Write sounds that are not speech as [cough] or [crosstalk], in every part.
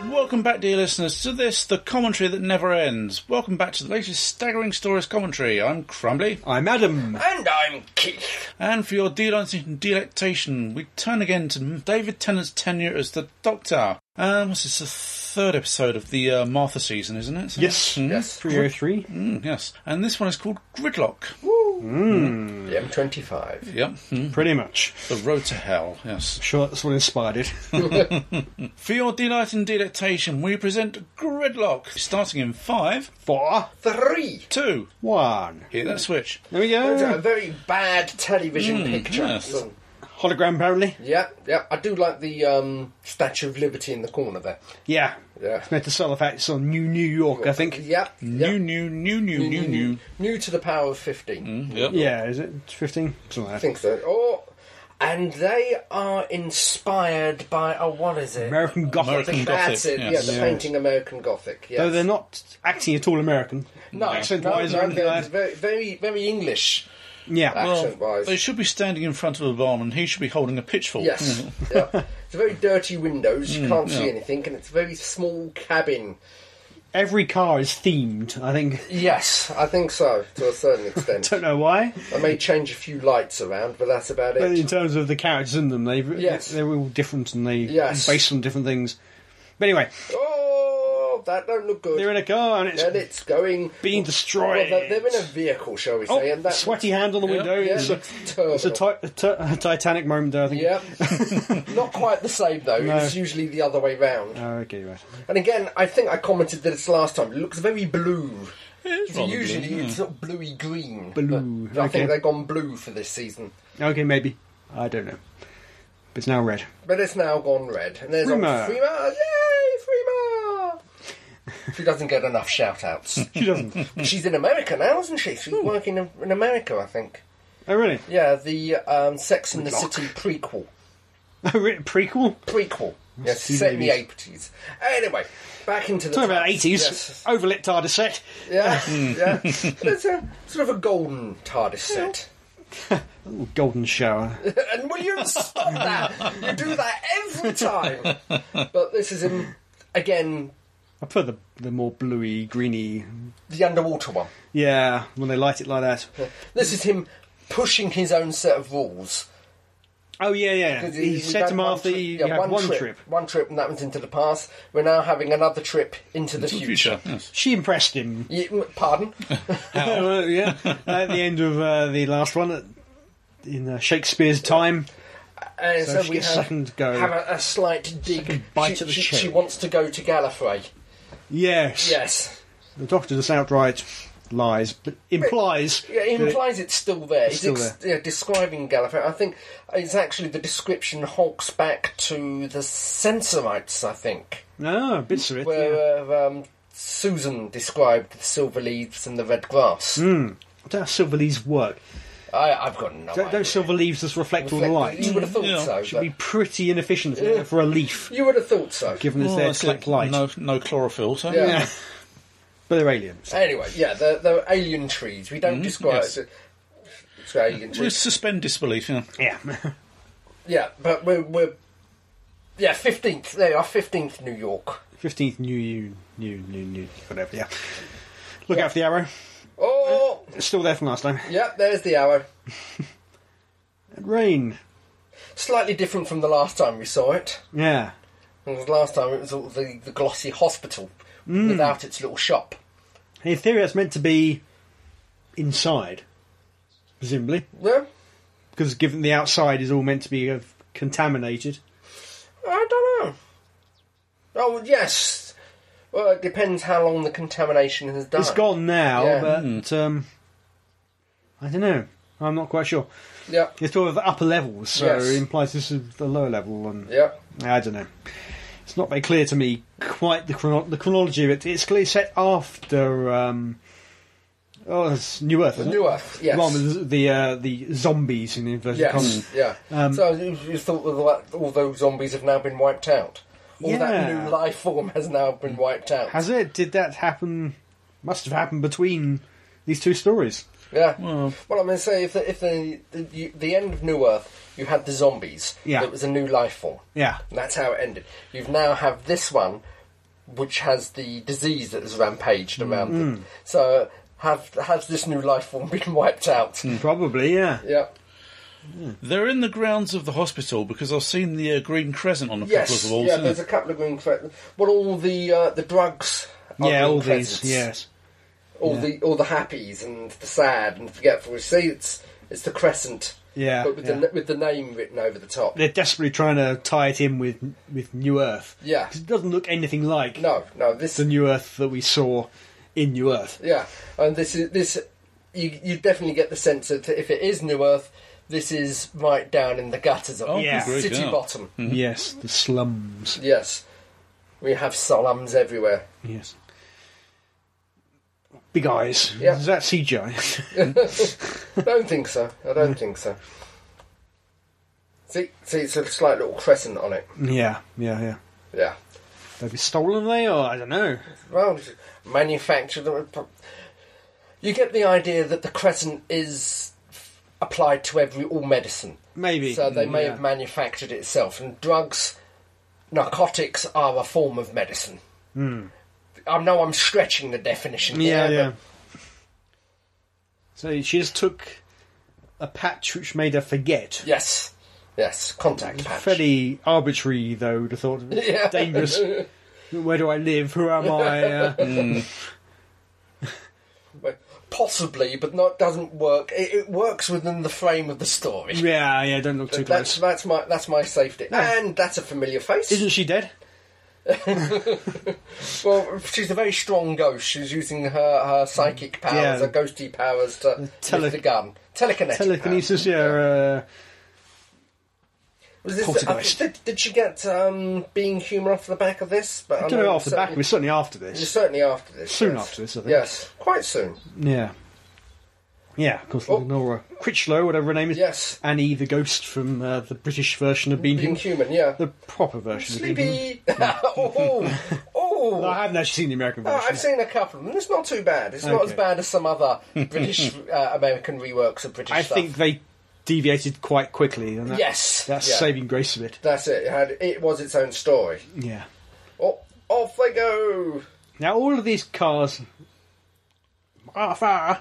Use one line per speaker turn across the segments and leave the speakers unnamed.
Welcome back, dear listeners, to this, the commentary that never ends. Welcome back to the latest Staggering Stories commentary. I'm Crumbly.
I'm Adam.
And I'm Keith.
And for your delight and delectation, we turn again to David Tennant's tenure as the Doctor. Um, this is the third episode of the uh, Martha season, isn't it?
Yes.
Mm,
Yes.
303.
mm, yes. And this one is called Gridlock.
The [laughs] M25.
Yep. mm,
Pretty much.
The Road to Hell, yes.
Sure, that's what inspired it. [laughs]
For your delight and delectation, we present Gridlock, starting in five,
Four,
Three.
two.
one.
Hit that switch.
There we
It's a
go.
very bad television picture.
yes.
Mm.
Hologram, apparently.
Yeah, yeah. I do like the um, Statue of Liberty in the corner there.
Yeah.
Yeah.
It's meant to sell the fact it's on New New York, I think.
Yeah.
New, new, new, new, new, new. Hmm.
New to the power of 15.
Yep.
Yeah, is it 15? Something
I
like that.
think so. Or, and they are inspired by, oh, what is it?
American Gothic.
American Gothic,
That's it,
yes.
yeah, the
Yes.
painting American Gothic. Yes.
Though they're not acting at all American.
no,
accent
no,
wise
no,
or anything
they're
like that.
very, very, very English.
Yeah.
Well-
Well,
Accent-wise.
they should be standing in front of a barn, and he should be holding a pitchfork. Hmm.
Yes.
Hmm.
[laughs] yeah. It's a very dirty windows. You can't see anything, and it's a very small cabin.
Every car is themed, I think. [laughs]
Yes, I think so to a certain extent.
Don't know why.
I may change a few lights around, but that's about
But in
it.
terms of the characters in them, they've,
Yes.
they're all different and they
Yes.
based on different things. But anyway,
Oh, that don't look good.
they're in a car and it's
and it's going.
being
Well,
destroyed.
they're, they're in a vehicle, shall we say?
Oh,
and that
sweaty hand on the window.
Yeah,
It's, a,
it's terrible.
it's a, ti- a ti- a Titanic moment there, I think. [laughs]
Yeah. Not quite the same though.
No.
It's usually the other way round.
Oh, okay, right.
And again, I think I commented this last time. It looks very blue.
It's probably,
usually
yeah.
it's sort of bluey green.
Blue,
But I
okay.
think they've gone blue for this season.
Okay, maybe. I don't know. But it's now red.
But it's now gone red. And there's
Freema.
Freema. Freema. Yay, Freema! [laughs] She doesn't get enough shout outs.
She
[laughs]
doesn't.
She's in America now, isn't she? She's working in, in America, I think.
oh, really?
Yeah, the um, Sex in the City prequel.
Oh, re- Prequel?
Prequel. Yes,
Steve
set in the
Davies.
80s. Anyway, back into the.
Talking about
times.
80s.
Yes.
Overlit TARDIS set.
Yeah, yeah. But it's a sort of a golden TARDIS set. [laughs]
Ooh, golden shower.
And will you stop that? You do that every time. But this is in, again,
I prefer the, the more bluey, greeny.
the underwater one.
Yeah, when they light it like that.
This is him pushing his own set of rules.
Oh, yeah, yeah.
'Cause
He
we've
set
had
him
one
off the.
trip-
you
yeah,
have one, trip.
One trip, and that was into the past. We're now having another trip into the future.
Future. Yes.
She impressed him.
Ye- m
[laughs]
pardon? Uh,
Well, yeah. At the end of uh, the last one, at, in uh, Shakespeare's time.
And
So
so,
she
we
gets
have,
second go.
have a, a slight dig.
bite
she,
at the
she,
cherry.
she wants to go to Gallifrey.
Yes.
Yes.
The doctor just outright lies, but implies.
Yeah, it
that-
implies it's still there.
It's still
Yeah, describing Gallifrey. I think it's actually the description harks back to the Censorites, I think,
No, bits of it. yeah.
where uh, um, Susan described the silver leaves and the red grass.
Don't silver leaves work?
Oh, I, I've got no
Hmm. Don't,
idea.
don't silver leaves just reflect all the light? Mm.
You would have thought
Yeah.
so.
Should
but-
be pretty inefficient isn't it, for a leaf,
You would have thought so.
given it's
Well,
their
Oh, that's
collect
it.
light.
No, no chlorophyll. So.
Yeah.
Yeah. but they're aliens.
Anyway, yeah, they're, they're alien trees. We don't describe
Hmm, yes.
it. It's alien
We
trees.
suspend disbelief. Yeah.
Yeah.
Yeah, but we're, we're yeah fifteenth. They are fifteenth New York.
[laughs] Fifteenth new you new new new whatever. Yeah. Look out for the arrow.
Oh,
It's still there from last time.
yeah. There's the arrow.
And rain.
Slightly different from the last time we saw it.
Yeah.
Because last time it was all the, the glossy hospital
Mm.
without its little shop.
In theory, that's meant to be inside, presumably,
Yeah,
because given the outside is all meant to be uh, contaminated.
I don't know. Oh well, yes. Well, it depends how long the contamination has done.
It's gone now,
Yeah.
but um, I don't know. I'm not quite sure.
Yeah,
It's sort of upper levels, so
Yes.
it implies this is the lower level, and
yeah.
I don't know. It's not very clear to me quite the chrono- the chronology of it. It's clearly set after um, oh, it's New Earth, isn't it?
New Earth. Yes.
The one with the uh, the zombies in inverted commas.
Yes, yeah.
Um,
so you, you thought that all- all those zombies have now been wiped out. All that
Yeah.
new life form has now been wiped out.
Has it? Did that happen? Must have happened between these two stories.
yeah.
Well,
Well, I'm going to say if the, if the, the you, the end of New Earth, you had the zombies.
Yeah.
It was a new life form.
Yeah.
And that's how it ended. You've now have this one which has the disease that has rampaged around
Mm.
them. So have has this new life form [laughs] been wiped out?
Hmm. Probably, yeah.
Yeah.
They're in the grounds of the hospital because I've seen the uh, green crescent on a couple of
Yes.
the walls.
Yeah.
isn't
There's a
it?
couple of green cre- Well, all the uh, the drugs. Are
yeah,
green
all these.
presents.
Yes.
All
yeah.
the all the happies and the sad and forgetful. You see, it's it's the crescent,
Yeah.
but with
yeah.
the with the name written over the top.
They're desperately trying to tie it in with with New Earth.
Yeah.
'Cause it doesn't look anything like
No, no. This
the New Earth that we saw in New Earth.
Yeah, and this is this. You you definitely get the sense that if it is New Earth, this is right down in the gutters of
Oh,
Yeah.
great,
city
yeah.
bottom.
Yes, the slums.
Yes, we have slums everywhere.
Yes. Big eyes.
Yeah.
Is that CGI?
I don't think so. I don't think so. See, see, it's a slight little crescent on it.
[laughs] yeah, yeah, yeah.
Yeah.
They've been stolen, they or I don't know.
Well, it's manufactured. uh, You get the idea that the crescent is f- applied to every all medicine.
Maybe.
So they may
yeah.
have manufactured it itself. And drugs, narcotics are a form of medicine. I know I'm stretching the definition.
Hmm. Yeah,
here,
yeah. So she just took a patch which made her forget.
but Yes. Yes. Contact patch.
Fairly arbitrary, though. Would have thought
[laughs] Yeah.
dangerous. Where do I live? Who am
[laughs]
I? Uh,
But Possibly, but not doesn't work. It, it works within the frame of the story.
yeah, yeah. Don't look too
That's
close.
that's my that's my safety,
No.
and that's a familiar face.
Isn't she dead?
Well, she's a very strong ghost. She's using her, her psychic powers,
Mm. Yeah.
her ghosty powers to
tele-
lift the gun, telekinetic. powers.
Telekinesis. Yeah. uh,
Was this
Poltergeist.
did, did she get um, being humour off the back of this? But
Uh, I don't know. Off the back, we're certainly after this.
certainly after this.
Soon
yes.
after this, I think.
Yes, quite soon.
Yeah. Yeah, of course,
Oh.
Nora Critchlow, whatever her name is.
Yes.
Annie, the ghost from uh, the British version of Being
Being
Human.
human, yeah.
The proper version of Being Human.
[laughs] Sleepy. oh,
[laughs]
oh.
No, I haven't actually seen the American
Oh,
version.
I've seen a couple of them. It's not too bad. It's not
Okay.
as bad as some
[laughs]
other British uh, American reworks of British
I
stuff.
think they deviated quite quickly, and that,
yes,
that's
yeah.
saving grace of it.
That's it. It, had, it was its own story.
Yeah.
Oh, off they go.
Now all of these cars, Arthur,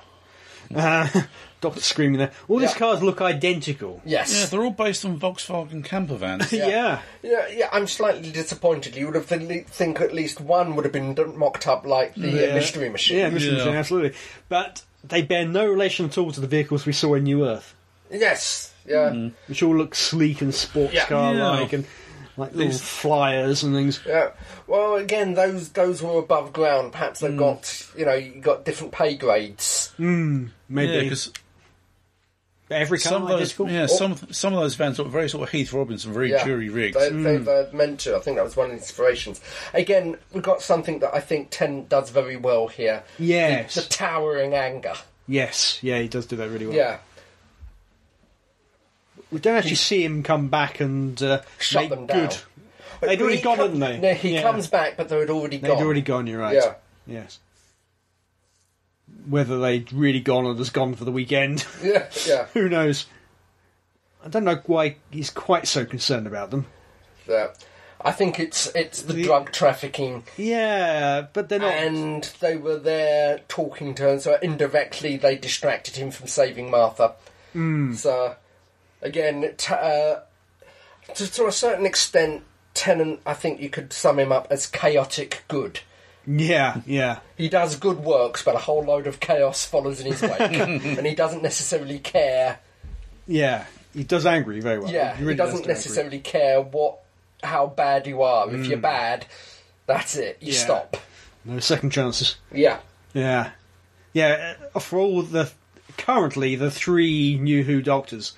uh, [laughs] Doctor screaming there. All these
Yeah.
cars look identical.
Yeah,
Yes.
they're all based on Volkswagen camper vans.
Yeah.
[laughs] Yeah, yeah, I'm slightly disappointed. You would have th- think at least one would have been done- mocked up like the uh,
Yeah.
mystery machine.
Yeah, mystery
Yeah.
machine, absolutely. But they bear no relation at all to the vehicles we saw in New Earth,
Yes, yeah,
which all look sleek and sports
Yeah.
car like
Yeah.
and like little flyers and things.
yeah. Well, again, those those were above ground. Perhaps
Mm.
they've got you know you got different pay grades.
Yeah,
Maybe
'cause
every car
some of those,
identical.
yeah, some some of those vans are very sort of Heath Robinson, very
Oh. Yeah.
jury rigged.
They,
Mm.
They've uh, meant to. I think that was one of the inspirations. Again, we got something that I think Ten does very well here:
Yes.
the towering anger.
Yes, yeah, he does do that really well.
Yeah,
We don't actually see him come back and uh,
Shut
make
them down.
good. They'd already
He
gone, hadn't
come-
they?
No, he
Yeah.
comes back, but they'd already
They'd
gone.
already gone, you're right.
Yeah.
Yes. Whether they'd really gone or just gone for the weekend,
[laughs]
[laughs]
Yeah, yeah,
who knows? I don't know why he's quite so concerned about them.
yeah. I think it's it's the
The-
drug trafficking
Yeah, but they're not.
and they were there talking to her, and so indirectly they distracted him from saving Martha.
Hmm.
So, again, t- uh, to, to a certain extent, Tennant, I think you could sum him up as chaotic good.
yeah, yeah.
He does good works, but a whole load of chaos follows in
[laughs]
his wake, and he doesn't necessarily care.
Yeah. He does angry very well.
Yeah, he,
Oh, really does
doesn't
do angry.
necessarily care what how bad you are. If you're bad, that's it. You
Hmm. Yeah.
stop.
No second chances.
Yeah.
Yeah. Yeah, uh, for all the. Currently, the three New Who doctors,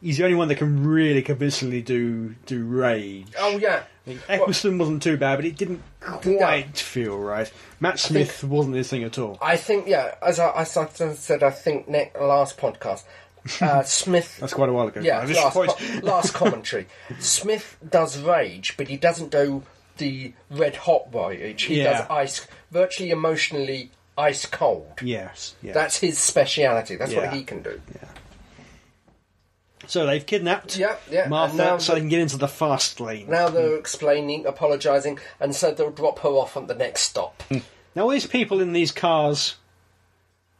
he's the only one that can really convincingly do do rage.
Oh yeah.
I mean, Eccleston wasn't too bad, but it didn't quite feel right. Matt Smith wasn't his thing at all.
I think, yeah, as I, as I said, I think next, last podcast,
[laughs]
uh, Smith.
That's quite a while ago.
yeah,
At this
last,
point-
po-
[laughs]
last commentary. Smith does rage, but he doesn't do the red hot rage. He
Yeah.
does ice, virtually emotionally ice cold.
yes. Yeah.
That's his speciality. That's
Yeah.
what he can do.
yeah. So they've kidnapped
Yeah, yeah, and
Martha
now-
so they can get into the fast lane.
Now they're explaining, apologising, and so they'll drop her off at the next stop.
Now, all these people in these cars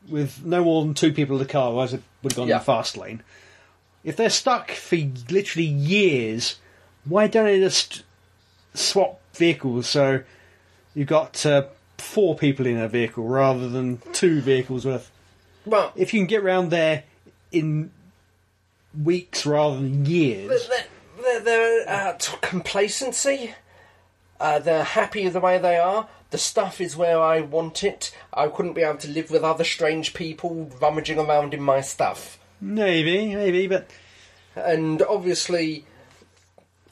with no more than two people in the car, otherwise it would have gone in
Yeah.
the fast lane. If they're stuck for literally years, why don't they just swap vehicles? So you've got uh, four people in a vehicle rather than two vehicles worth.
Well,
If you can get round there in weeks rather than years,
they're, they're, they're uh, t- complacency. Uh, they're happy the way they are. The stuff is where I want it. I couldn't be able to live with other strange people rummaging around in my stuff.
maybe, maybe, but
And obviously,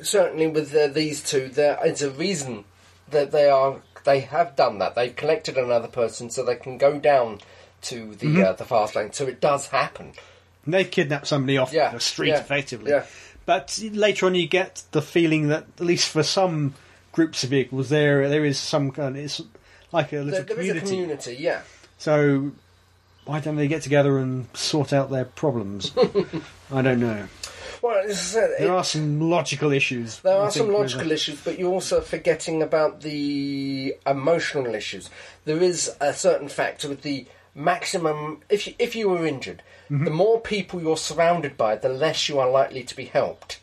certainly with the, these two, there is a reason that they are. They have done that. They've collected another person so they can go down to the
Mm-hmm.
uh, the fast lane. So it does happen.
They've kidnapped somebody off
Yeah,
the street,
yeah,
effectively.
yeah.
But later on, you get the feeling that, at least for some groups of vehicles, there there is some kind. It's like a little
There, there is a
community.
community. Yeah.
So why don't they get together and sort out their
[laughs]
problems? I don't know.
Well, as I said, it-
There are some logical issues.
There
I
are
think,
some logical
whether-
issues, but you're also forgetting about the emotional issues. There is a certain factor with the maximum. If you, if you were injured,
Mm-hmm.
the more people you're surrounded by, the less you are likely to be helped,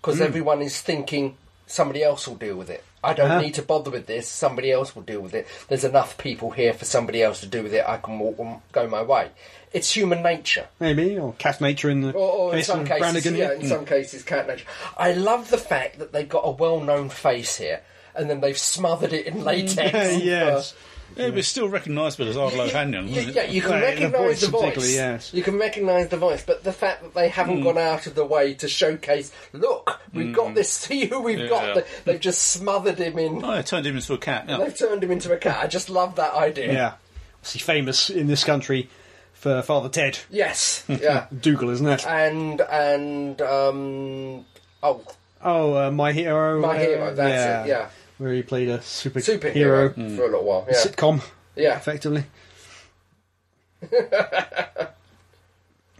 because
Mm.
everyone is thinking somebody else will deal with it. I don't
Uh-huh.
need to bother with this. Somebody else will deal with it. There's enough people here for somebody else to deal with it. I can walk and go my way. It's human nature.
Maybe, or cat nature in the
Or, or in
case
some
of
cases,
Brannigan. Hmm.
yeah,
[laughs]
in some cases, cat nature. I love the fact that they've got a well-known face here, and then they've smothered it in latex. and,
[laughs]
uh,
yes.
Yeah, but it's still recognisable as Ardlo Hanyon.
yeah,
isn't it?
yeah, you can
Right, the voice
recognise the voice.
particularly, yes.
You can recognise the voice, but the fact that they
Hmm.
haven't gone out of the way to showcase, look, we've got this. [laughs] See who we've
Yeah.
got. They, they've just smothered him
[laughs]
in.
Oh, I turned him into a cat. Yeah.
They've turned him into a cat. I just love that idea.
yeah. Obviously famous in this country for Father Ted
[laughs]
Yes. Yeah. Uh,
Dougal, isn't it?
and and um oh,
Oh, uh, my hero.
my
uh,
hero. That's it. Yeah.
where he played a super superhero
Superhero
Mm.
for a little while. Yeah.
sitcom,
yeah. [laughs]
effectively.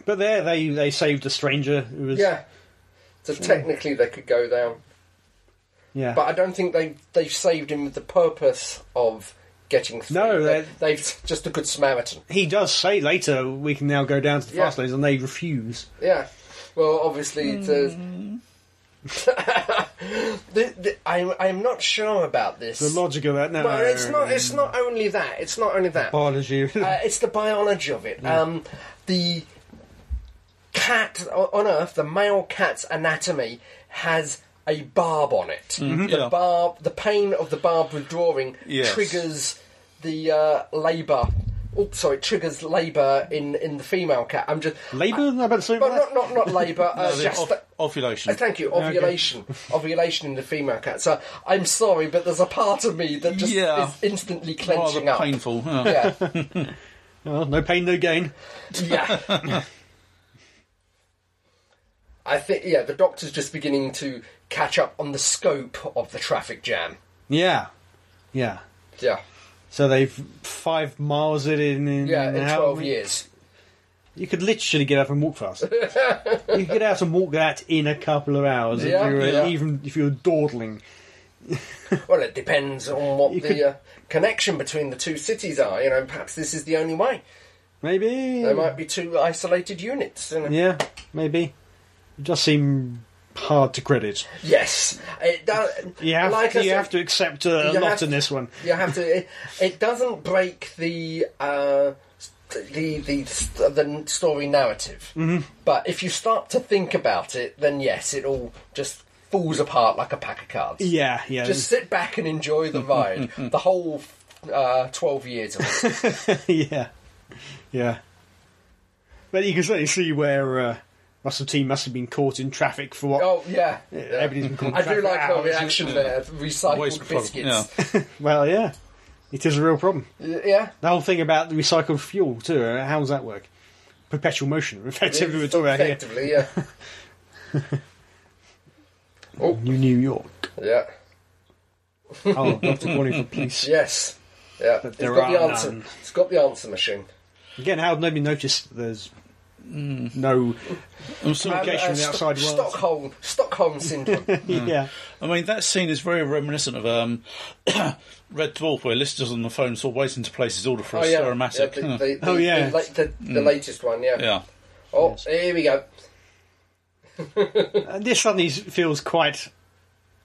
but there, they they saved a stranger who was
Yeah. So technically they could go down.
yeah.
But I don't think they they've saved him with the purpose of getting through.
No,
they,
they-
they've just a good Samaritan.
he does say later we can now go down to the
Yeah.
fast lanes, and they refuse.
Yeah. Well, obviously it says. [laughs] the, the, I'm I'm not sure about this.
The logic of that, no,
well, it's not. It's not only that. It's not only that.
biology.
Uh, it's the biology of it. Um, the cat o- on Earth, the male cat's anatomy has a barb on it. The
Mm-hmm. yeah.
barb, the pain of the barb withdrawing
Yes.
triggers the uh, labour. Oops, sorry, triggers labour in, in the female cat. I'm just
[laughs] Labour, Am I about to say
Well,
that?
not not not
[laughs]
labour. Uh,
Oh, the
just.
ov- ovulation.
uh, Thank you. Ovulation, ovulation in the female cat. So I'm sorry, but there's a part of me that just
Yeah.
is instantly
Rather
clenching up.
painful. yeah. [laughs]
Yeah,
Well, Oh, no pain, no gain.
yeah. [laughs] I think yeah, the doctor's just beginning to catch up on the scope of the traffic jam.
Yeah, yeah.
Yeah,
So they've five miles it in, in
yeah, in
how
twelve
many-
years.
You could literally get up and walk
[laughs]
fast. you could get out and walk that in a couple of hours,
Yeah,
if you were,
yeah.
even if you were dawdling.
Well, it depends on what
You
the
could-
uh, connection between the two cities are. You know, perhaps this is the only way.
Maybe.
There might be two isolated units. You know?
Hmm. Yeah, maybe. It does seem hard to credit.
Yes, it does.
You have,
like I
you
said-
have to accept a
you
lot
have-
in this one.
You have to. It, it doesn't break the uh, the the the story narrative,
Mm-hmm.
mm but if you start to think about it, then yes, it all just falls apart like a pack of cards.
Yeah, yeah.
Just sit back and enjoy the ride. the whole uh, twelve years of
[laughs] [laughs]
it.
yeah. Yeah. But you can certainly see where uh, Russell T must have been caught in traffic for what.
Oh yeah.
Everybody's been caught in
I do
traffic
like
for
her
hours.
reaction there.
Waste
Recycled
product,
biscuits.
Well, yeah. It is a real problem.
Yeah.
The whole thing about the recycled fuel too. uh, How does that work? Perpetual motion. [laughs] Effectively, we're talking about here.
Effectively, yeah. oh,
New New York.
yeah.
[laughs] Oh, Doctor calling for police.
Yes. Yeah.
But
it's
there
got the
are
answer.
none.
It's got the answer machine.
Again, how have nobody noticed? There's no
I'm sort of-
Okay, from the outside world.
uh, Stockholm, Stockholm syndrome.
[laughs] yeah
I mean, that scene is very reminiscent of um, [coughs] Red Dwarf, where Lister's on the phone, sort of waiting to place his order for a
Oh, yeah,
Stirromatic.
yeah,
Huh.
the, the, the,
[laughs] Oh, yeah.
the, la- the, the latest one. Yeah.
yeah.
Oh, here we go.
And this suddenly feels quite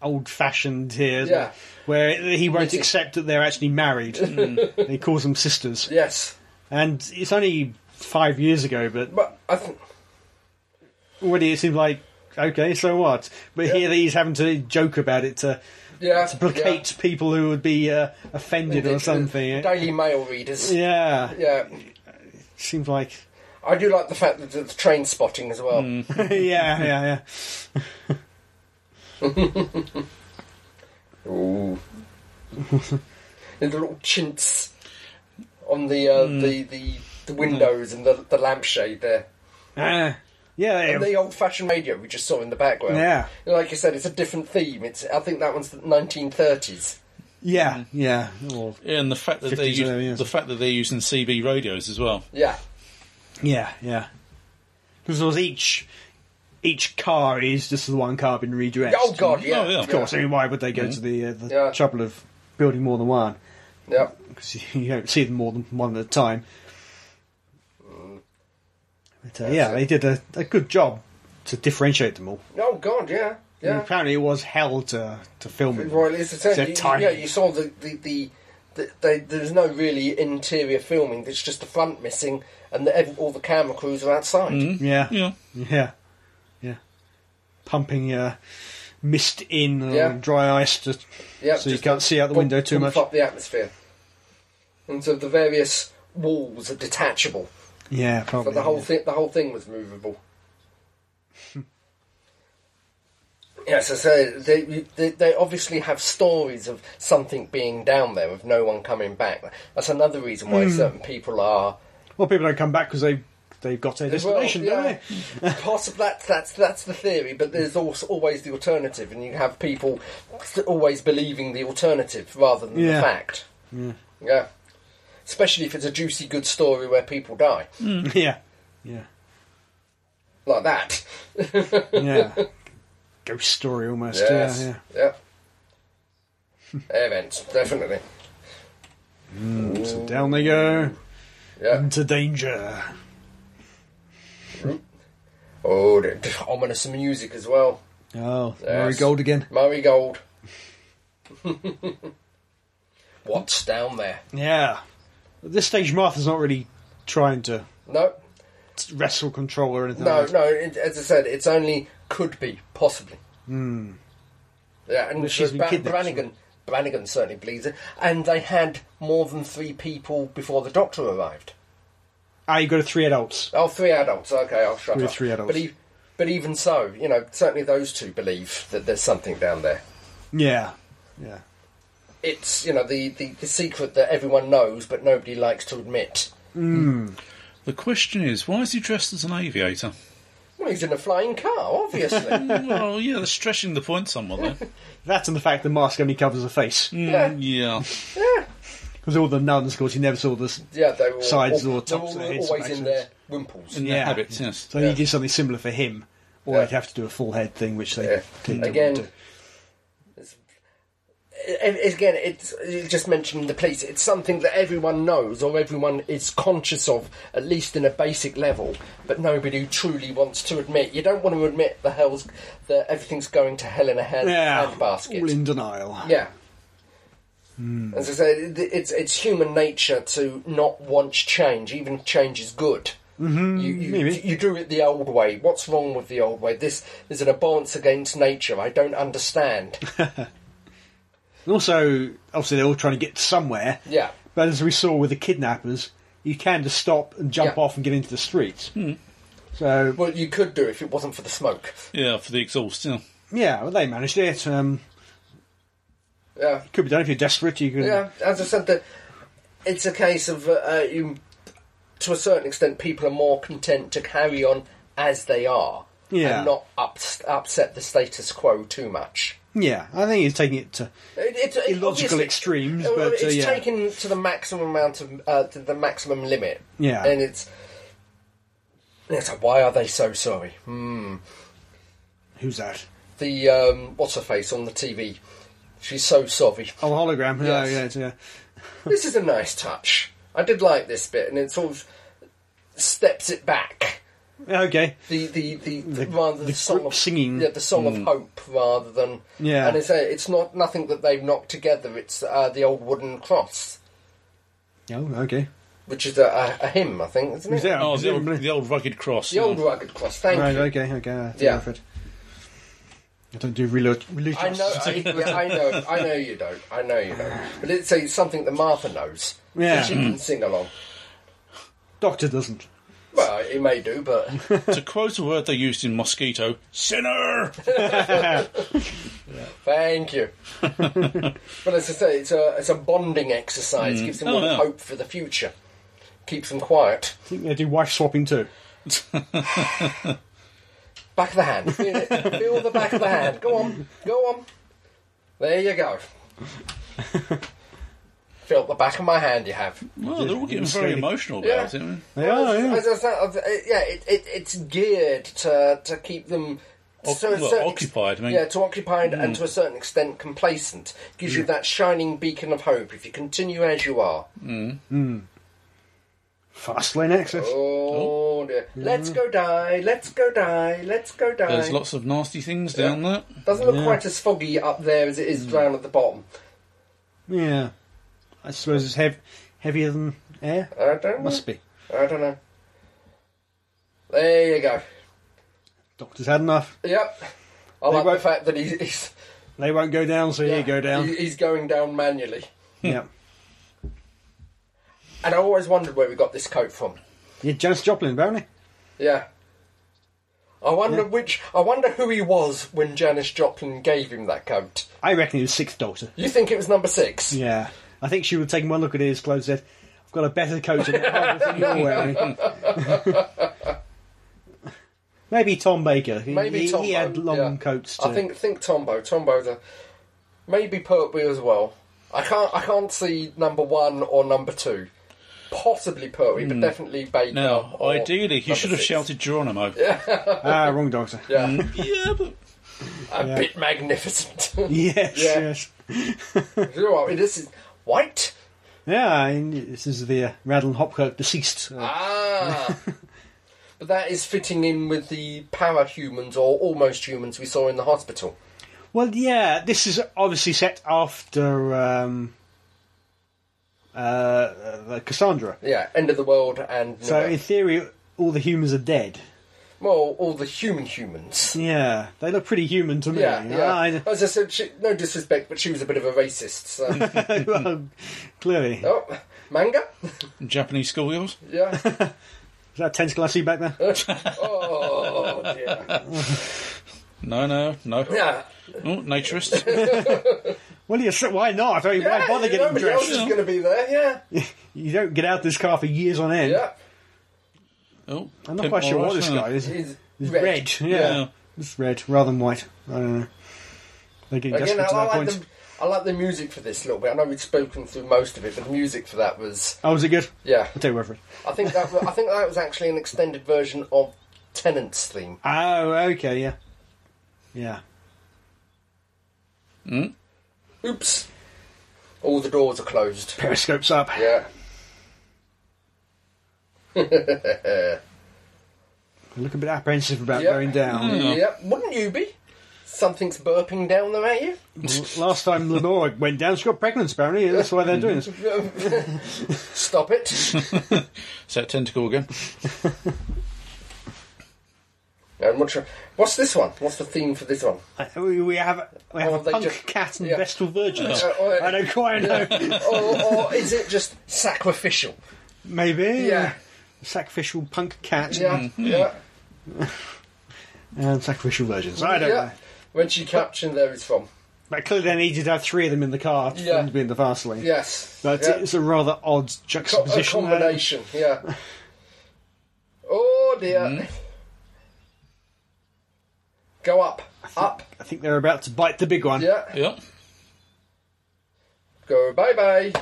old fashioned here isn't
Yeah.
it? where he won't
Knitting.
accept that they're actually married [laughs] he calls them sisters
Yes,
and it's only five years ago but
but I think
already it seems like okay so what but here he's having to joke about it to
yeah,
to placate people who would be uh,
yeah. uh,
offended or something
Daily Mail readers. [laughs] Yeah.
yeah seems like [laughs]
I do like the fact that the, the train spotting as well.
yeah yeah yeah
Ooh, [laughs] and the little chintz on the uh, the the the windows and the the lampshade there.
Ah, yeah
And the old-fashioned radio we just saw in the background.
Yeah.
like you said, it's a different theme. It's I think that one's the 1930s.
yeah
Mm.
yeah Or-
Yeah, and the fact that they're
50s,
us-
uh, yes.
the fact that they're using CB radios as well.
Yeah,
Yeah, yeah. Because each each car is just the one car being redressed. Mm.
Oh God, yeah, Mm.
Oh, yeah, of
Of course, I mean, why would they go to the uh, the
Yeah.
trouble of building more than one?
Yeah,
Because [laughs] you don't see them more than one at a time. But uh, yeah, they did a, a good job to differentiate them all.
oh God, yeah,
And
yeah.
apparently, it was hell to to film it.
Royal Institute.
They're
You-
Mm. tiny.
Yeah, you saw the the. the the- they, there's no really interior filming. It's just the front missing, and the, ev all the camera crews are outside.
Yeah,
Yeah.
yeah, yeah. Pumping uh, mist in or
Yeah.
dry ice to
Yeah,
So you
just
can't see out the window too
bump
much.
Up the atmosphere, and so the various walls are detachable.
yeah, probably
But the whole
yeah.
thing, the whole thing was movable. [laughs] yes, I say they, they they obviously have stories of something being down there, of no one coming back. That's another reason
Hmm.
why certain people are.
Well, people don't come back because they they've got their destination,
Well,
don't [laughs]
yeah. Possible that's that's that's the theory, but there's also always the alternative, and you have people always believing the alternative rather than
Yeah.
the fact. Yeah. Especially if it's a juicy good story where people die
they? yeah, yeah,
like that.
yeah.
[laughs]
Ghost story almost.
Yes.
Yeah, yeah.
yeah. Events, definitely.
So down they go
Yeah.
into danger.
Oh, the, the ominous music as well.
Oh,
Yes.
Murray Gold again.
Murray [laughs] Gold. What's down there?
Yeah. At this stage, Martha's not really trying to
No,
wrestle control or anything.
no,
like that.
no. It, as I said, it's only could be possibly. Hmm. Yeah, and
Well, she's been
Bra-
kidnapped,
Brannigan. Brannigan certainly believes it, and they had more than three people before the doctor arrived.
Ah, you go to three adults.
Oh, three adults. Okay, I'll shut
Three-
up.
three adults.
But, e- but even so, you know, certainly those two believe that there's something down there.
Yeah, yeah,
It's you know the, the, the secret that everyone knows, but nobody likes to admit.
The question is, why is he dressed as an aviator?
Well, he's in a flying car, obviously.
[laughs]
well, yeah, they're stretching the point somewhat there.
that and the fact the mask only covers the face
[laughs]
Mm.
yeah,
yeah.
because all the nuns, of course, you never saw this.
yeah, they were all,
Sides
all-
or
they were
tops
all
of the heads,
always in their
accidents.
wimples.
In
Yeah.
their habits, yes.
So
Yeah.
you did something similar for him, or
Yeah.
they'd have to do a full head thing, which they
Yeah.
didn't want to
Again,
do.
it's, a- again, it's you just mentioned the police. It's something that everyone knows or everyone is conscious of, at least in a basic level, but nobody truly wants to admit. You don't want to admit the hell's that everything's going to hell in a hand,
Yeah,
handbasket.
all in denial.
Yeah. As I said, it- it's it's human nature to not want change, even if change is good. Mm-hmm, you you,
maybe.
you do it the old way. What's wrong with the old way? This is an abhorrence against nature. I don't understand.
And also, obviously, they're all trying to get somewhere.
yeah,
But as we saw with the kidnappers, you can just stop and jump
Yeah.
off and get into the streets. So
well, you could do if it wasn't for the smoke.
Yeah, for the exhaust, yeah.
yeah, well, they managed it. Um,
Yeah,
could be done if you're desperate. You can.
yeah. As I said, that it's a case of uh, uh, you. To a certain extent, people are more content to carry on as they are
Yeah.
and not ups- upset the status quo too much.
Yeah, I think he's taking it to.
It- it's- it-
Illogical
obviously-
extremes,
uh,
but,
it's
uh, yeah.
taken to the maximum amount of uh, to the maximum limit.
Yeah.
and it's And it's like, why are they so sorry? Hmm.
Who's that?
The um, what's her face on the TV? She's
[laughs]
so sorry.
Oh, a hologram. Yeah,
Yes.
yeah, it's- yeah.
this is a nice touch. I did like this bit, and it sort of steps it back.
Yeah, Okay.
The the the,
The-
rather
the
song
group
of
singing. Hmm.
yeah, the song of hope rather than
Yeah.
And it's a, it's not nothing that they've knocked together. It's uh, the old wooden cross,
Oh, okay.
which is a, a, a hymn, I think, isn't it?
Yeah,
Oh, the old,
presumably.
the old rugged cross.
The old rugged cross. Thank
Right,
you.
okay, okay. I think
Yeah.
I've heard. I don't do relig- religious.
I know, I, yeah, I know, I know you don't. I know you don't. But it's, it's something that Martha knows,
Yeah.
so she can sing along.
Doctor doesn't.
Well, it may do,
[laughs]
but
to quote a word they used in Mosquito,
[laughs]
sinner!
thank you. but as I say, it's a it's a bonding
Mm.
exercise. Gives them
Oh,
all
yeah.
hope for the future. Keeps them quiet.
I think they do wife swapping too.
Back of the hand. Feel, it. Feel the back of the hand. Go on. Go on. There you
[laughs]
go. Feel the back of my hand you have.
Well, they're all getting very
Slowly.
emotional
Yeah.
about it.
They are, yeah.
As I said, uh, yeah, it, it, it's geared to, to keep them
Oc-
to a
well,
certain
occupied, I mean.
yeah, to occupied and to
mm.
a certain extent complacent. Gives you that shining beacon of hope if you continue as you are.
Fast lane access.
Oh, dear. let's go die, let's go die, let's go die.
There's lots of nasty things down there.
Doesn't look
Yeah. Mm.
quite as foggy up there as it is down at the bottom.
Yeah. I suppose it's heav- heavier than air.
I don't know.
Must be.
I don't know. There you go.
Doctor's had enough.
Yep. I
They
like the
won't-
fact that he's he's,
They won't go down, so you go down.
he- he's going down manually.
yeah.
And I always wondered where we got this coat from.
Yeah, Janis Joplin, apparently.
Yeah. I wonder which. I wonder who he was when Janis Joplin gave him that coat.
I reckon he was sixth Doctor.
You think it was number six?
Yeah. I think she would take one look at his clothes and said, I've got a better coat than the horrible thing you're wearing.
[laughs]
[laughs] Maybe Tom Baker. He,
Maybe
he,
Tombo.
he had long
yeah.
coats too.
I think think Tombo. Tombo's a maybe Pertwee as well. I can't I can't see number one or number two. Possibly Pertwee,
Hmm.
but definitely Baker.
Now,
or
ideally, he
number
should have
six.
shouted Geronimo.
Ah, wrong Doctor.
Yeah,
[laughs] yeah, but
a
Yeah.
bit magnificent. [laughs]
Yes,
[laughs] Yeah.
yes.
You know what, this is white.
Yeah, and this is the uh, Radlin Hopkirk deceased. Uh,
Ah. [laughs] But that is fitting in with the parahumans or almost humans we saw in the hospital.
Well, yeah, this is obviously set after um, uh, uh, Cassandra.
Yeah, end of the world and
So, in theory, all the humans are dead.
well, all the
[laughs]
human humans.
Yeah, they look pretty human to me.
Yeah, yeah.
I-
As I said, she, no disrespect, but she was a bit of a racist. So.
[laughs] well, clearly. Is
oh, manga?
Japanese schoolgirls.
Yeah.
[laughs] that tentacle I see back there?
Oh dear.
No, no, no.
Yeah.
Oh,
[laughs]
naturist.
Well, you why not? I mean, why
Yeah,
bother getting
nobody else
dressed?
is going to
[laughs]
be there. Yeah.
You don't get out this car for years on end.
Yeah.
Oh,
I'm not
Pimp
quite sure
my
what
ride,
this
huh?
guy is.
He's
It's
red.
red. Yeah.
Yeah.
It's red rather than white. I don't know. They're getting
Again,
desperate
I,
to that
I
point.
like the I like the music for this a little bit. I know we've spoken through most of it, but the music for that was
Oh, is it good?
yeah.
I'll take your word for it.
I think that wa- I think that was actually an extended version of Tenant's theme.
Oh, okay, yeah. Yeah.
Oops. All the doors are closed.
Periscope's up.
Yeah.
I look a bit apprehensive about
Yep.
going down.
Yeah.
Yeah. Wouldn't you be? Something's burping down there at you.
L- Last time Lenora went down, she got pregnant, apparently. That's why they're doing this.
[laughs] Stop [laughs] it.
Is that tentacle again?
And what's, your- what's this one? What's the theme for this one?
I- [laughs] We we have, we have
Or
a
they
punk
just-
cat and
yeah.
Vestal Virgins.
Uh, [laughs] or-
I don't quite know.
[laughs] or, or is it just sacrificial?
Maybe.
Yeah.
Sacrificial punk cat
Yeah, yeah,
and sacrificial virgins. I don't
yeah.
know.
When she captioned there it's from.
But clearly they needed to have three of them in the car for
Yeah.
them to be in the fast lane.
Yes.
But
yeah.
it's a rather odd
Co- a
juxtaposition. there.
combination, yeah. [laughs] Oh dear.
Hmm.
Go up, up,
I think they're about to bite the big one.
yeah.
Yep.
Go bye bye.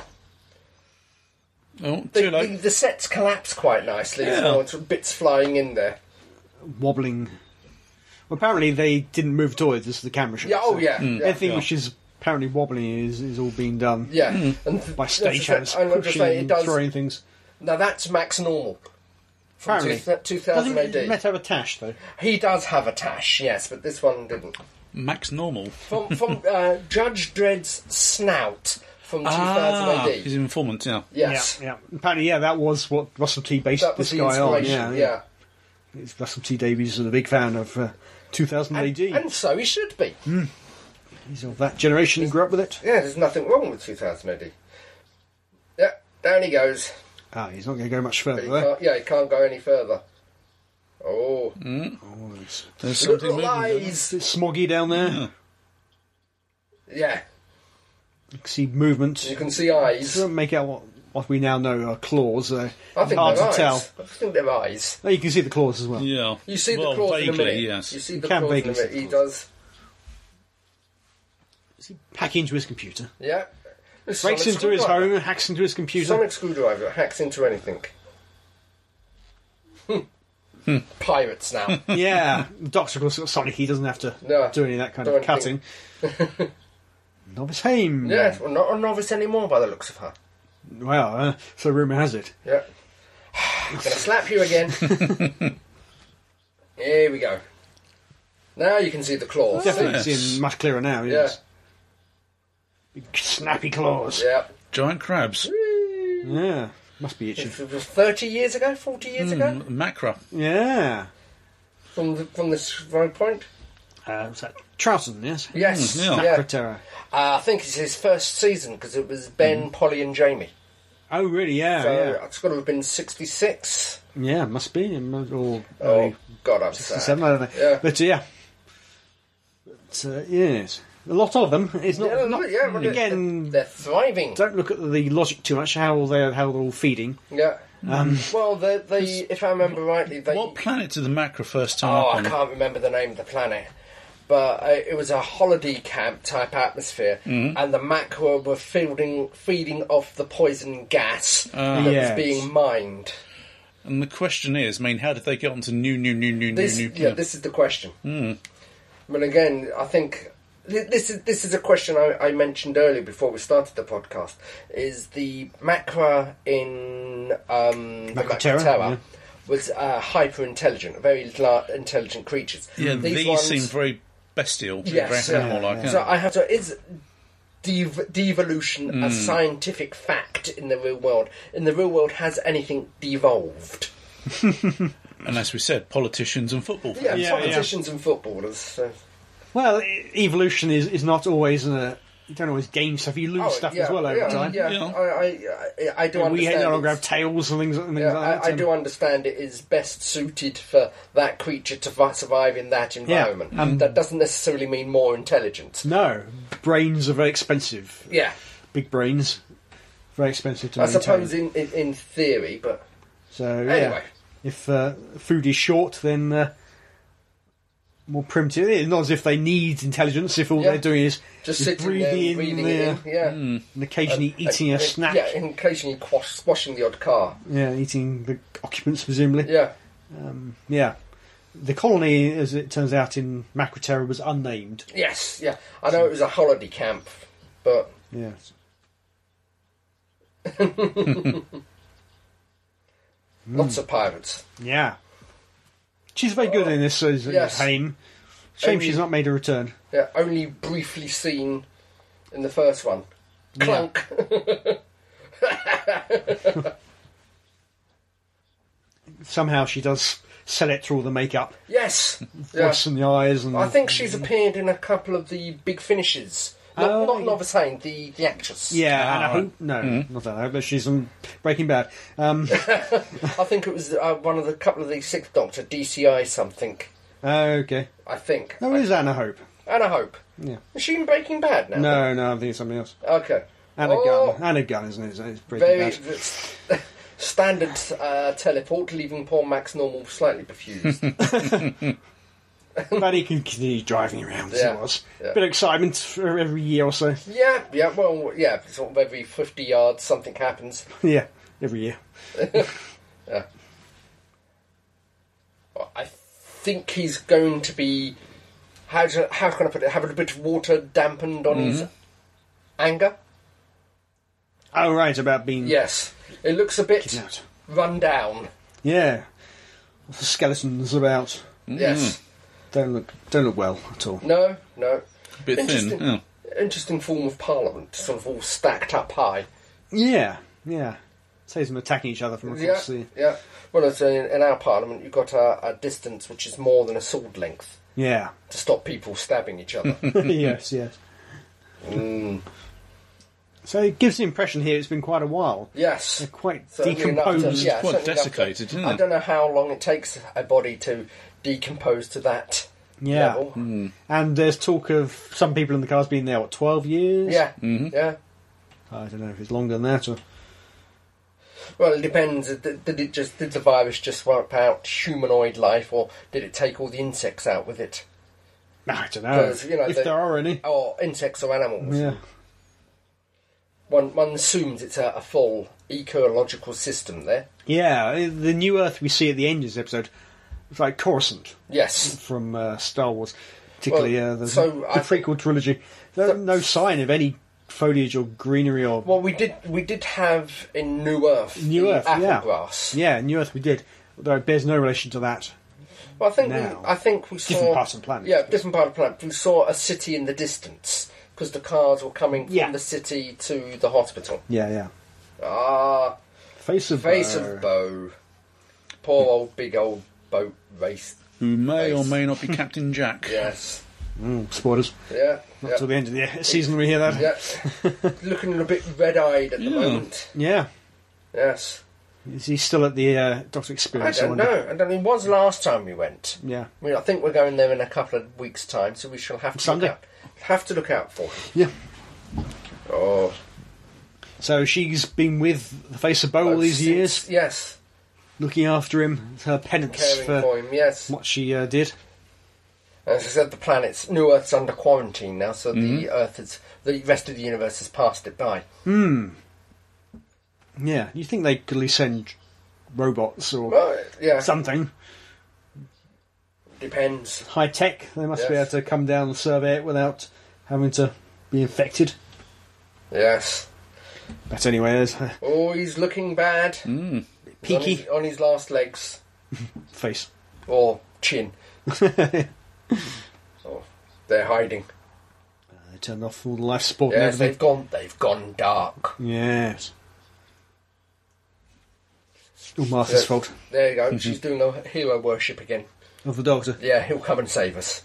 Oh,
The,
too late.
the, the sets collapse quite nicely as
Yeah.
well, sort of bits flying in there.
wobbling. Well, apparently they didn't move towards this is the camera shot.
Yeah, oh
so
yeah. yeah.
Everything
Yeah.
which is apparently wobbling is, is all being done
Yeah,
Hmm.
and th-
by
that's the
stagehands
thing, I'm not just
pushing
saying
and
it does.
throwing things.
Now that's Max Normal from
Apparently.
two, 2000 AD.
Doesn't Met have a tash though.
He does have a tash, yes, but this one didn't.
Max Normal.
From,
[laughs]
from uh, Judge Dredd's snout from 2000
Ah,
AD.
he's an informant. Yeah.
Yes,
Yeah, yeah. Apparently, yeah, that was what Russell T based
that was
this
the
guy on.
inspiration.
Yeah,
yeah.
It's Russell T Davies is a big fan of uh, 2000
And,
AD.
and so he should be.
He's of that generation and grew up with it.
Yeah, there's nothing wrong with 2000 AD. Yeah, down he goes.
Ah, he's not going to go much
But
further
he
there.
can't, yeah, he can't go any further. Oh,
Oh, it's,
There's
look
something
at the
moving. there.
lies!
it's smoggy down there.
Yeah,
You can see movement.
you can see eyes.
doesn't make out what, what we now know are claws. Uh,
I think
hard
they're
to
eyes.
tell.
I think they're eyes.
Oh, you can see the claws as well.
Yeah.
You see
well,
the claws
vaguely,
in a minute.
Yes.
You see
You
the
can
claws in a
vaguely see
minute.
the
He
claws.
does.
Hack into his computer.
Yeah. It's
Breaks
sonic
into his
screwdriver.
home, hacks into his computer.
Sonic screwdriver hacks into anything.
Hmm.
Hmm.
[laughs]
Pirates now.
[laughs] Yeah, the doctor, of course, got Sonic. He doesn't have to
No,
do any of that kind
don't
of cutting.
[laughs]
Novice Haim.
yes, well, not a novice anymore by the looks of her.
Well, uh, so rumour has it.
Yeah. I'm gonna slap
[laughs]
you again. Here we go. Now you can see the claws.
Definitely
yes.
seeing much clearer now.
Yeah.
Yes. Big Snappy claws.
Yeah.
Giant crabs.
Yeah. Must be itchy.
If it was Thirty years ago, forty years
Hmm.
ago,
M- Macra.
Yeah.
from the, from this very point.
Uh, was that Trouton? Yes.
Yes.
Mm, yeah.
yeah.
Necroterror.
Uh, I think it's his first season because it was Ben, Polly, and Jamie.
Hmm. Oh, really? Yeah.
So it's got to have been sixty-six.
yeah. Yeah. Must be. It must- Or
Oh
early
God, I'm sad.
67, I don't know.
Yeah.
But uh, yeah. But, uh, yes. A lot of them. It's not.
Yeah,
not
yeah, well, they're-
again,
they're thriving.
don't look at the logic too much. How they how they're all feeding.
Yeah.
Um,
well, they, they, if I remember rightly, they.
What planet did the Macra first turn
oh,
up
I
on?
can't remember the name of the planet, but uh, it was a holiday camp type atmosphere,
Mm.
and the macro were feeding feeding off the poison gas
Ah,
that
Yes.
was being mined.
And the question is, I mean, how did they get onto new, new, new, new, Mm.
This,
new, new?
yeah, this is the question. But again, I think thi- this is this is a question I, I mentioned earlier before we started the podcast. Is the macra in um, the
Macroterra,
Macroterra
yeah.
was uh, hyper intelligent, very la- intelligent creatures.
Yeah, these seem very bestial,
Yes,
very
yeah,
animal-like. Yeah,
So I have to. Is dev- devolution a scientific fact in the real world? In the real world, has anything devolved?
And as we said, politicians and football.
Yeah,
fans.
yeah.
politicians and footballers. So.
Well, e- evolution is, is not always uh you don't always gain stuff. You lose
Oh,
stuff
yeah,
as well over
yeah,
time.
Yeah,
Yeah.
I, I, I, I do
And we
understand.
no longer
it's-
have tails and things, and things
yeah,
like
I,
that.
I
um,
do understand it is best suited for that creature to vi- survive in that environment. that doesn't necessarily mean more intelligent.
No, brains are very expensive.
Yeah,
Big brains, very expensive to
I
maintain.
suppose in, in, in theory, but
So yeah,
Anyway.
if uh, food is short, then uh, more primitive. It's not as if they need intelligence. If all
Yeah.
they're doing is
just
is
sitting
breathing
there and
in,
breathing
the,
in, yeah.
and occasionally eating
Uh,
a snack.
Yeah,
Yeah.
and occasionally quash, squashing the odd car.
eating the occupants presumably.
Yeah,
Um, yeah. The colony, as it turns out, in Macroterra was unnamed.
yes, yeah. I know it was a holiday camp, but
Yeah. Mm.
lots of pirates.
Yeah. She's very good in this as
Yes.
yes. Haim. Shame
Amy-
she's not made a return.
Yeah, only briefly seen in the first one. Clunk. [laughs]
Somehow she does sell it through all the makeup,
yes. Yeah.
voice and the eyes, and
I think she's appeared in a couple of the big finishes. Not,
Oh,
not
yeah.
Novice Hain, the, the actress.
yeah, and I
Ah,
hope no, not that. I hope she's in Breaking Bad. Um,
I think it was uh, one of the couple of the Sixth Doctor, DCI something,
okay,
I think.
no, it is Anna Hope.
Anna Hope.
Yeah.
Is she in Breaking Bad now?
No, no, I think it's something else.
Okay.
Anna
Oh,
Gunn, Anna Gunn, isn't it? It's Breaking
Very
Bad.
st- standard uh, teleport, leaving poor Max Normal slightly confused.
[laughs]
But he can continue driving around as
Yeah,
he was.
yeah.
Bit of excitement for every year or so.
yeah, yeah, well, yeah, sort of every 50 yards something happens.
yeah, every year.
I think he's going to be. How, do, how can I put it? Have a bit of water dampened on
Mm-hmm.
his anger?
Mm.
Oh, right, about being
Yes. It looks a bit
kidnapped.
run down.
Yeah. Lots of skeletons about.
Mm.
Yes.
Don't look, don't look well at all.
No, no.
A bit
Interesting.
thin. Yeah.
Interesting form of parliament, sort of all stacked up high.
Yeah, yeah. Saves them attacking each other from
Yeah,
across the.
yeah. Well, it's in, in our parliament, you've got a, a distance which is more than a sword length
[laughs] Yeah.
to stop people stabbing
[laughs]
each other.
yes, yes.
mm.
So it gives the impression here it's been quite a while.
Yes.
They're quite
Certainly enough to-
decomposed.
yeah,
Quite
certainly enough to-
desiccated, isn't
I
it?
don't know how long it takes a body to decompose to that
Yeah.
level.
Hmm. And there's talk of some people in the car's been there, what, 12 years?
Yeah,
Mm-hmm.
yeah.
I don't know if it's longer than that or. [laughs]
Well, it depends. Did did it just did the virus just wipe out humanoid life, or did it take all the insects out with it,
I don't know.
Because, you know,
if
they-
there are
[laughs]
any.
or insects or animals?
Yeah.
One one assumes it's a, a full ecological system there.
Yeah, the new Earth we see at the end of this episode is like Coruscant
Yes.
from uh, Star Wars, particularly
Well,
uh, the,
so
the
I think-
prequel trilogy. No,
So-
no sign of any foliage or greenery or.
Well, we did we did have in New Earth
New
the
Earth,
apple
yeah.
grass.
yeah, New Earth we did, although it bears no relation to that.
Well, I think
Now.
we, I think we saw
Different parts of the planet.
Yeah, different part of the planet. We saw a city in the distance because the cars were coming from
Yeah.
the city to the hospital.
Yeah, yeah.
Ah,
Face of
face
Bo.
of Bo, poor old big old boat race.
Who may or
Face.
may not be Captain
[laughs]
Jack.
Yes,
Mm, spoilers.
yeah,
Not
yeah.
till the end of the season we hear that.
yeah. [laughs] Looking a bit red-eyed at the
Yeah.
Hmm.
moment.
Yeah.
Yes,
Is he still at the uh, Doctor
I
Experience?
don't
wonder?
know. I don't mean, was last time we went.
Yeah.
I mean, I think we're going there in a couple of weeks' time, so we shall have to
Sunday.
Look out, have to look out for him.
Yeah.
Oh,
So she's been with the Face of Bo all these
since-
years,
Yes,
looking after him. It's her penance
caring
for,
for, him. Yes,
what she uh, did.
as I said, the planet's new Earth's under quarantine now, so the Earth is the rest of the universe has passed it by.
Yeah. You think they could at least send robots or
Well, yeah,
something
depends.
high tech? They must be able
Yes.
to come down and survey it without having to be infected.
Yes.
But anyway, there's her
Oh, he's looking bad.
Mm.
He's on
peaky
his- on his last legs
face.
or chin.
[laughs]
oh, they're hiding.
They turned off all the life support and
Yes, they've
everything.
gone. They've gone dark.
Yes. All Martha's
Yeah.
fault.
There you
Mm-hmm.
go. She's doing a hero worship again.
Of the Doctor.
Yeah, he'll come and save us.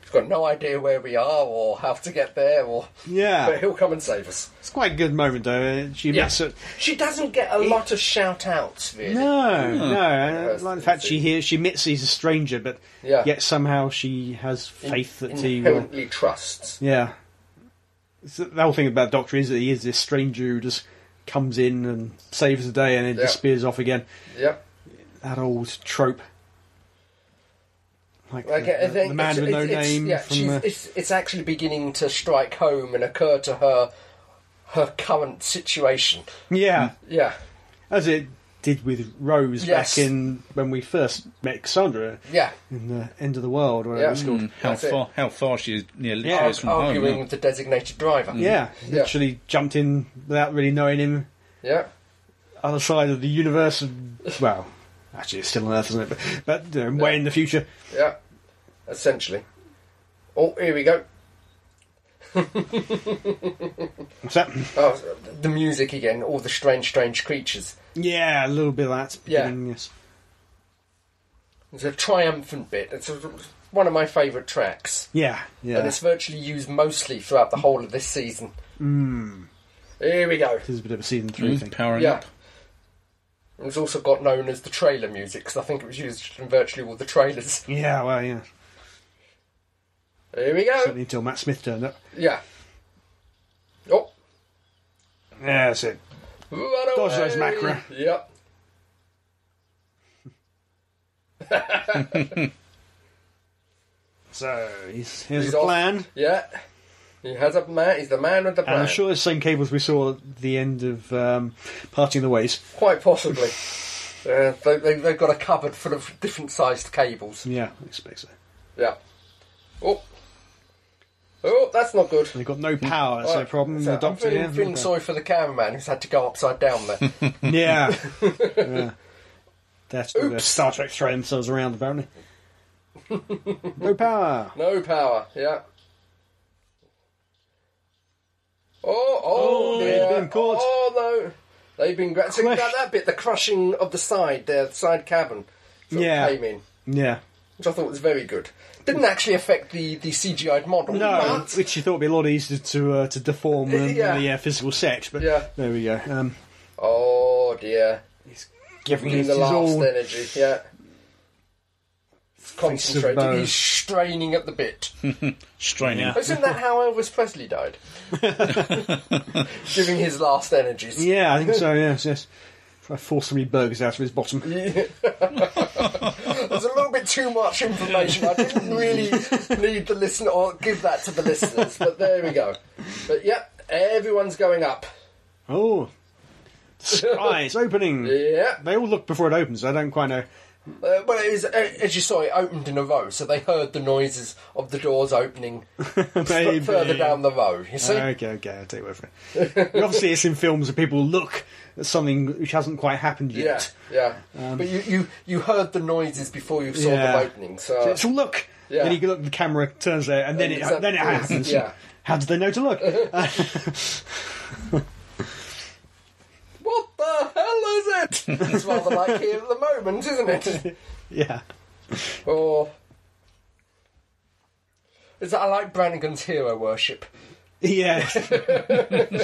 He's got no idea where we are or how to get there, or but
Yeah.
[laughs] he'll come and save us.
It's quite a good moment, though. Uh, She
Yeah.
meets it.
She doesn't get a lot of shout outs, really.
No, no. I
that's-
like the fact she hears, she admits he's a stranger, but
Yeah.
yet somehow she has faith that he will.
Inherently trusts.
Yeah. So the whole thing about Doctor is that he is this stranger who just comes in and saves the day and then
Yeah.
disappears off again.
Yep.
That old trope. Like,
Like,
the,
I think
the man
it's-
with no
it's- it's-
name
yeah,
from.
she's-
uh,
it's, it's actually beginning to strike home and occur to her her current situation.
yeah.
Yeah.
As it did with Rose
Yes.
back in when we first met Cassandra
Yeah.
in the End of the World, whatever
Yeah.
it's called.
Mm, How
That's it.
far? How far she is? Yeah, literally
Yeah,
is from home.
Arguing
yeah.
with the designated driver.
Yeah,
Yeah.
literally jumped in without really knowing him.
Yeah.
Other side of the universe, and- well, actually it's still on Earth, isn't it? But, but you know, way in the future.
Yeah. Essentially. Oh, here we go.
What's that?
Oh, the music again. All the strange, strange creatures.
Yeah, a little bit of that.
Yeah.
beginning, yes.
It's a triumphant bit. It's a, one of my favourite tracks.
Yeah, yeah.
And it's virtually used mostly throughout the whole of this season.
Mm.
Here we go.
This is a bit of a season three
Mm,
thing.
Powering
Yeah.
up.
It was also got known as the trailer music because I think it was used in virtually all the trailers.
Yeah, well, yeah.
Here we go.
Certainly until Matt Smith turned up.
Yeah. Oh,
Yeah, that's it.
run
Dodge
away.
those macra.
Yep.
So, he's, here's
He's
the
off.
plan.
Yeah. He has a man. He's the man with the
And
plan.
I'm sure it's the same cables we saw at the end of um, Parting the Ways.
Quite possibly. [laughs] uh, they, they, they've got a cupboard full of different sized cables.
Yeah, I expect so.
Yeah. Oh. Oh, that's not good.
They've got no power, that's their
Right,
problem.
Mm. so
the
I'm
doctor,
feeling,
yeah,
feeling
okay.
sorry for the cameraman who's had to go upside down there.
[laughs] Yeah.
[laughs]
yeah. That's the
Oops.
Star Trek throw themselves around, apparently. no power.
no power. Yeah. Oh, oh,
Oh,
dear.
they've been caught.
Oh no, they've been gra- so
Crush.
that, that bit, the crushing of the side, the side cabin, sort of
Yeah.
came in,
Yeah.
which I thought was very good. Didn't actually affect the the CGI model.
No,
but-
which you thought would be a lot easier to uh, to deform than
[laughs] Yeah.
the yeah, physical set, but
Yeah.
there we go. Um,
oh dear,
he's giving
Doing
it
the
his
last
all.
energy. Yeah. Concentrated.
bow.
He's straining at the bit.
Straining.
Yeah.
Isn't that how Elvis Presley
[laughs]
died? Giving his last energies. [laughs]
Yeah, I think so. Yes, yes. Try to force three burgers out of his bottom.
There's a little bit too much information. I didn't really need the listener or give that to the listeners, but there we go. But yep, everyone's going up.
Oh, the sky
[laughs]
is opening.
Yeah.
They all look before it opens. I don't quite know.
Uh, well, it was, uh, as you saw, it opened in a row, so they heard the noises of the
[laughs]
doors opening
Maybe.
further down the row. You see?
Okay, okay, I'll take your word for it. Obviously, it's in films that people look at something which hasn't quite happened
Yeah,
yet.
yeah. but you, you, you heard the noises before you saw
Um, Yeah.
them opening, so.
So it's all look.
Yeah.
Then you look, the camera turns there, and then it,
It's up-
then it
it's-
happens.
yeah.
How did they know to
[laughs]
look?
What the hell is
[laughs]
it? It's rather like here at the moment, isn't it?
yeah.
Or. Is that I like Brannigan's hero worship?
[laughs] Yes.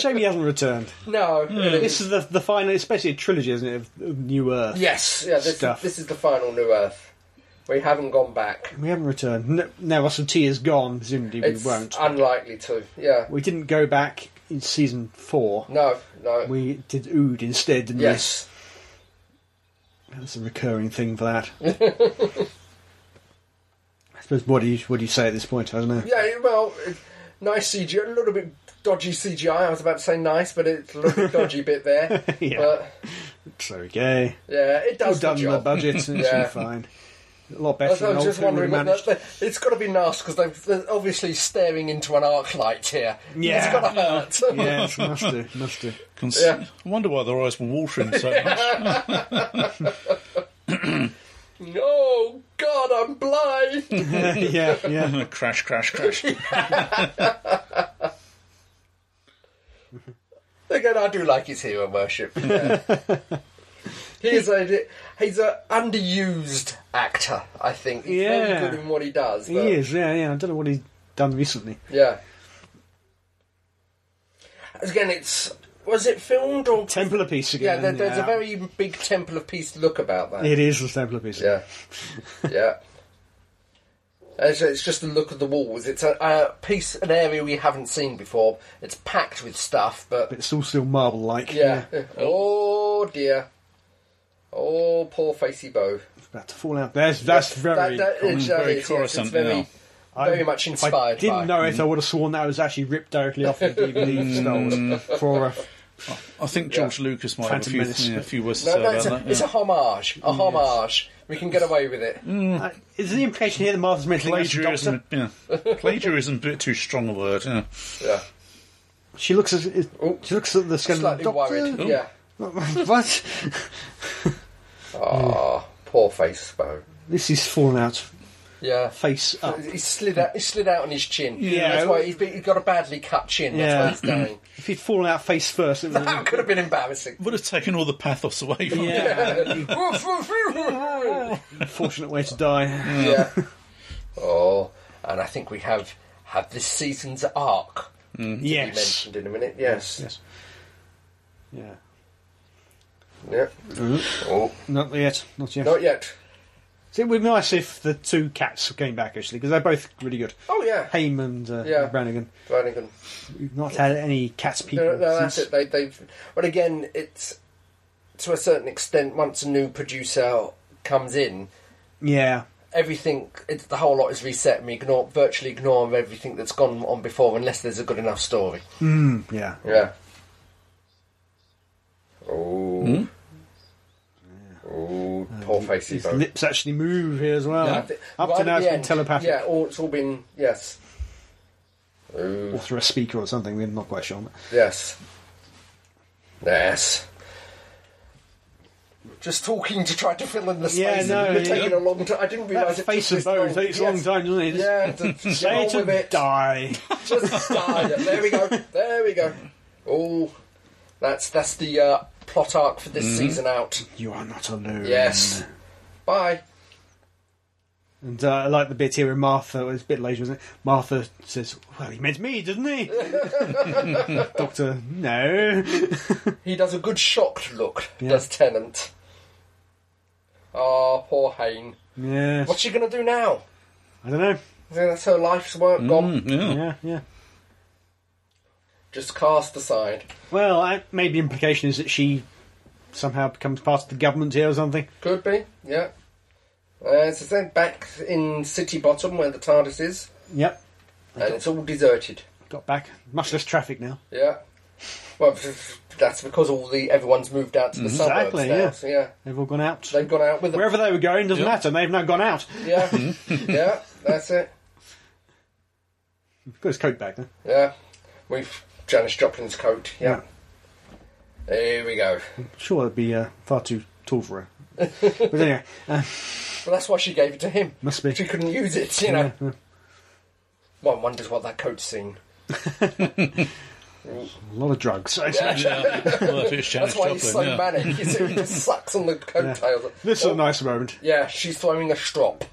Shame he hasn't returned.
No. it is-
This is the, the final, especially a trilogy, isn't it, of, of New Earth?
Yes, yeah, this,
Stuff.
this is the final New Earth. We haven't gone back.
We haven't returned. No, now Russell T is gone, presumably
It's
we won't.
unlikely to, yeah.
we didn't go back in season four.
No, no.
We did Ood instead, didn't
yes.
we? That's a recurring thing for that. [laughs] I suppose, what do, you, what do you say at this point? I don't know.
Yeah, well, it- nice CGI, a little bit dodgy CGI. I was about to say nice, but it's a little bit dodgy bit there.
[laughs] Yeah.
But,
So okay.
yeah, it
All
does the
done the
job.
budget, and it's
Yeah.
all fine. A lot
I
better
was,
than
I was
old
just
film we
wondering, what
[laughs] managed.
the, the- it's got to be nice because they're obviously staring into an arc light here.
Yeah.
it's got to hurt.
[laughs] Yes, must do, must
[laughs]
do.
Cons-
Yeah.
I wonder why their eyes were watering so
[laughs]
much.
[laughs] oh God,
[laughs]
I'm blind.
[laughs] yeah, yeah.
[laughs] crash, crash, crash.
Again, I do like his hero
[laughs]
worship. Yeah. he's a he's a underused actor. I think he's
Yeah.
very good in what he does.
He
but-
is, yeah, yeah. I don't know what he's done recently.
Yeah. Again, it's was it filmed or
Temple of Peace again.
Yeah, there, there's a very big Temple of Peace look about that.
It is the Temple of Peace.
Yeah, yeah. It's, it's just the look of the walls. It's a, a piece, an area we haven't seen before. It's packed with stuff, but
But it's all still marble-like.
yeah. Oh dear. Oh, poor facey bow.
It's about to fall out. There's, that's very. common.
it's,
very
it's- yes,
Coruscant
it's very,
now.
very
I-
much inspired.
I didn't
by.
know it. I would have sworn that was actually ripped directly off the
[laughs]
DVD
Mm.
of Star Wars for a
I think George Lucas might
Phantom
have a
Menace.
few, yeah, a few words to
No,
say
no, it's, a,
about that.
it's a
yeah.
homage. A homage. We can get away with it.
Uh, is the implication here that Martha's mentioning us the
Plagiarism,
doctor?
yeah.
[laughs]
Plagiarism, a bit too strong a word. Yeah.
Yeah.
She looks at it-
Oh.
she looks at the skeleton.
Slightly
doctor?
worried. Yeah.
[laughs] what?
Ah, poor face bow.
This is fallen out
Yeah.
face up.
He slid out. He slid out on his chin.
Yeah.
that's why he's, been, he's got a badly cut chin. That's why he's dying.
If he'd fallen out face first, it would
[laughs] that
have
could have
[laughs]
been embarrassing.
Would have taken all the pathos away
[laughs]
from it.
yeah,
Woof, woof, woof, woof.
an unfortunate way to die.
yeah. Oh, and I think we have have this season's arc. We
Yes.
mentioned in a minute. Yes.
Yes. Yeah. Mm-hmm.
Yeah. Oh,
Not yet. Not yet.
not yet.
So it would be nice if the two cats came back actually, because they're both really good.
Oh yeah.
Haim and uh,
Yeah.
Brannigan.
Brannigan.
We've not had any cats people.
No, no, that's
since-
it. They, they've. But again, it's to a certain extent. Once a new producer comes in,
Yeah.
everything, it, the whole lot is reset and we ignore, virtually ignore everything that's gone on before unless there's a good enough story.
Mm, yeah.
Yeah. Oh. Oh, poor facey
His
boat.
lips actually move here as well.
Yeah.
I thi-
Uh, Up
right
to
at
now,
the
it's been
end,
telepathic
Yeah, all, it's all been yes.
or through a speaker or something. We're not quite sure.
Yes. Yes. Just talking to try to fill in the space.
Yeah, no,
and
yeah.
taking a long time. I didn't realise
That
it
face
took
of
this
bone takes a long
Yes.
time, doesn't it? Just [laughs]
Yeah, to, to
Say
roll with
to
it.
die. [laughs]
Just die. There we go. There we go. Oh, that's that's the uh, plot arc for
Mm-hmm.
this season out.
You are not alone. Mm-hmm.
Yes. Bye.
And uh, I like the bit here where Martha, well, it's a bit later, isn't it? Martha says, Well, he meant me, didn't he?
[laughs]
Doctor, no.
He does a good shocked look.
Yeah.
Does Tennant? Ah, poor Hayne.
Yeah.
What's she gonna do now?
I don't know.
Yeah, That's her life's work gone.
Mm, yeah.
Yeah, yeah.
Just cast aside.
Well, I, maybe the implication is that she somehow becomes part of the government here or something.
Could be, yeah. Uh, it's the same back in City Bottom where the TARDIS is,
Yep.
and it's all deserted.
Got back. Much less traffic now.
Yeah. Well, f- f- that's because all the everyone's moved out to the suburbs
Exactly,
now.
yeah.
So yeah,
They've all gone out.
they've gone out with
Wherever they were going doesn't
Yep.
matter. They've now gone out.
them. Yeah, yeah, that's it.
Got his coat back then.
Yeah, we've Janis Joplin's coat. Yeah. There we go.
Sure, it'd be uh, far too tall for her.
[laughs]
but anyway, uh,
Well, that's why she gave it to him.
must be.
She couldn't use it, you know. One wonders what that coat's seen.
A lot of drugs. [laughs]
Yeah. Well, if it's Janis
That's why he's so
Joplin, yeah.
manic. He's- He just sucks on the coattails.
This is
Oh,
a nice moment.
Yeah, she's throwing a strop.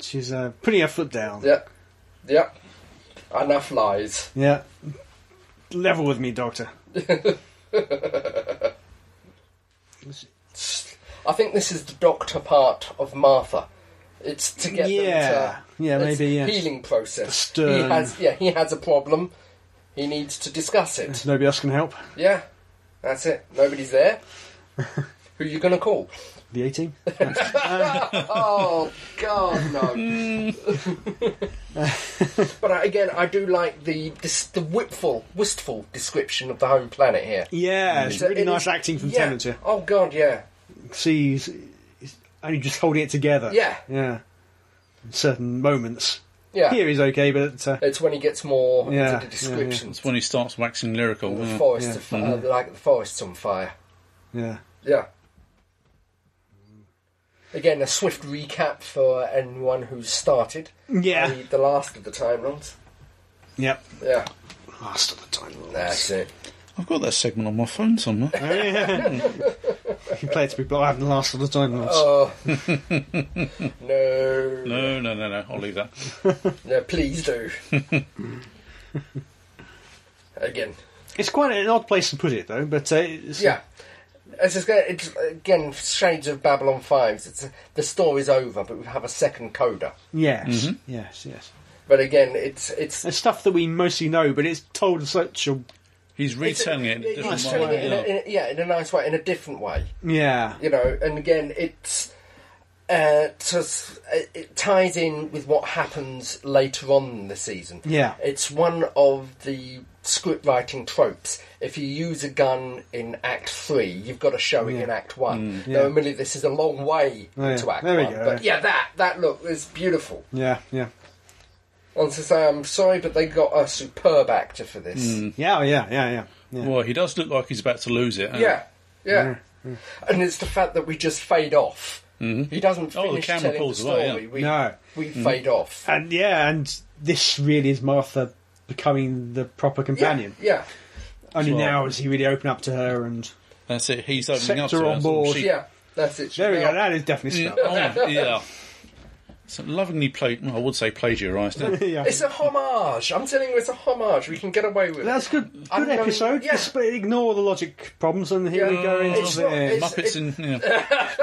She's uh, putting her foot down.
Yep. Yep. Enough lies.
Yeah. Level with me, Doctor.
I think this is the doctor part of Martha. It's to get
Yeah.
them to
Yeah,
it's
maybe,
a
yeah.
healing process.
Stern.
He has yeah, he has a problem. He needs to
[laughs]
discuss it.
Nobody else can help.
Yeah. That's it.
[laughs]
Nobody's there. Who you gonna call?
The 18?
[laughs] Oh God, no!
[laughs]
but I, again, I do like the this, the whipful, wistful description of the home planet here.
Yeah, it's really
It
nice
is-
acting from
yeah.
Tennant here.
Oh God, yeah,
See, he's, he's only just holding it together.
Yeah.
Yeah. In certain moments.
yeah.
Here he's okay, but uh,
It's when he gets more
Yeah,
into the descriptions.
That's when he starts waxing lyrical.
The
yeah.
forest,
yeah. Mm-hmm.
of fi- uh, like the forest's on fire.
yeah.
Yeah. Again, a swift recap for anyone who's started.
Yeah.
I need the last of the Time Lords.
Yep.
Yeah,
Last of the Time Lords. [laughs]
that's it.
I've got that segment on my phone somewhere.
Oh,
[laughs]
yeah. you can play it to people. I haven't Last of the Time Lords. [laughs]
Oh no.
No, no, no, no. I'll leave that.
No, please
[laughs]
do. again,
It's quite an odd place to put it, though, but uh, it's,
yeah. It's just, gonna- it's again shades of Babylon Fives. It's the story's over, but we have a second coda.
Yes, yes, yes.
But again, it's it's
It's stuff that we mostly know, but it's told in such a
He's retelling it in a
it's-
different
it's
way.
telling it in a-
yeah.
in a- yeah, in a nice way, in a different way.
yeah,
you know and again it's uh, so s- it- it ties in with what happens later on the season.
Yeah.
it's one of the script writing tropes. If you use a gun in Act Three, you've got to show it in Act One.
yeah.
Now, admittedly, this is a long way
Oh, yeah.
to Act
There we
One,
go,
but yeah, that that look is beautiful.
yeah, yeah,
And to say, I'm sorry, but they got a superb actor for this.
yeah, oh, yeah, yeah, yeah. yeah.
Well, he does look like he's about to lose it. huh?
Yeah, yeah. And it's the fact that we just fade off. Mm-hmm. He doesn't
Oh,
finish
the camera
telling
pulls
the
away,
story.
yeah. Mm-hmm.
We,
No. Uh,
we fade off.
And yeah, and this really is Martha becoming the proper companion.
Yeah,
Only
Sure.
now is he really open up to her, and
That's it. He's opening
Accept
up to
her
her.
on board.
yeah,
She-
yeah. That's it.
there we
Yeah.
go. That is definitely
Yeah,
stuff.
[laughs] oh, yeah. So lovingly played. Well, I would say plagiarised. eh?
[laughs] yeah,
It's a homage. I'm telling you, it's a homage. We can get away with
that's good.
I'm
Good
going-
episode.
yeah.
Just ignore the logic problems, and here we
Yeah.
go into
It's
the. [laughs]
not- [laughs]
Muppets
it's- [laughs]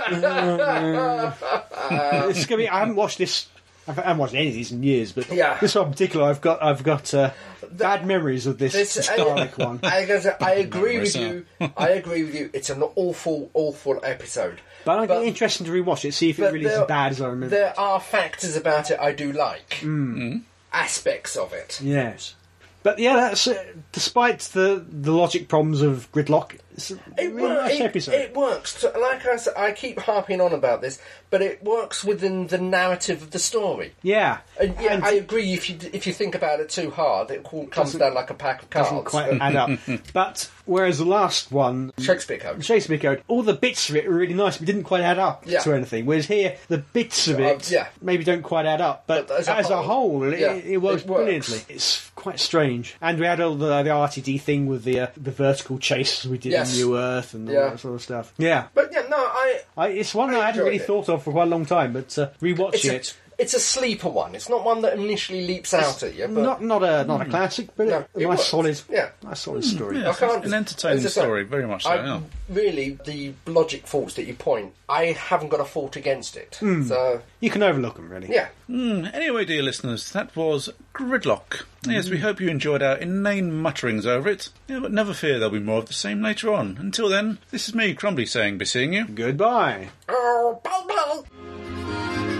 and yeah.
it's gonna be. I haven't watched this I haven't watched any of these in years, but
Yeah.
this one in particular, I've got I've got uh, bad memories of this
This- uh, I- [laughs]
Dalek one.
I, guess I agree with
Marissa.
you. I agree with you. It's an awful, awful episode.
But I'd
but-
be interesting to rewatch it, see if it
but
really is
there-
as bad as I remember. Mm.
There are factors about it I do like.
Mm-hmm.
Aspects of it.
Yes. But yeah, that's uh, despite the, the logic problems of gridlock, it's a
It,
really
wor-
nice
it-
episode.
it works. So, Like I said, I keep harping on about this, but it works within the narrative of the story.
yeah,
And Uh, yeah, I agree. If you if you think about it too hard, it all comes down like a pack of
doesn't
cards. Uh,
quite add
[laughs]
up. But whereas the last one,
Shakespeare coach.
Shakespeare Code, all the bits of it are really nice, but didn't quite add up
Yeah.
to anything. Whereas here, the bits of it
yeah.
maybe don't quite add up, but, as, a whole, it,
yeah,
it works
it works.
brilliantly. It's quite strange. And we had all the, the RTD thing with the uh, the vertical chases we did
Yes.
in New Earth and all
Yeah.
that sort of stuff. Yeah.
But yeah, no, I.
I, it's one I, hadn't
enjoyed
really
it.
thought of for quite a long time, but uh,
It's
rewatching
a,
it,
it's a sleeper one. It's not one that initially leaps out at you. But Hmm.
not not a not a classic, but
No,
a
it
nice
works.
solid,
Yeah.
nice solid story.
Yeah, it's
can't-
an entertaining
as I said,
story, very much so.
I,
yeah.
Really, the logic faults that you point, I haven't got a fault against it.
Hmm.
So
You can overlook them really.
yeah,
Mm, Anyway, dear listeners, that was Gridlock. Yes,
Mm.
we hope you enjoyed our inane mutterings over it. Yeah, but never fear, there'll be more of the same later on. Until then, this is me, Crumbly, saying be seeing you.
Goodbye.
oh, blah, blah.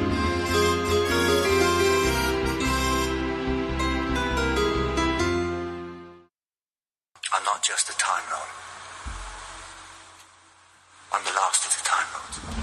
I'm not just a Time Lord. I'm the last of the Time Lords.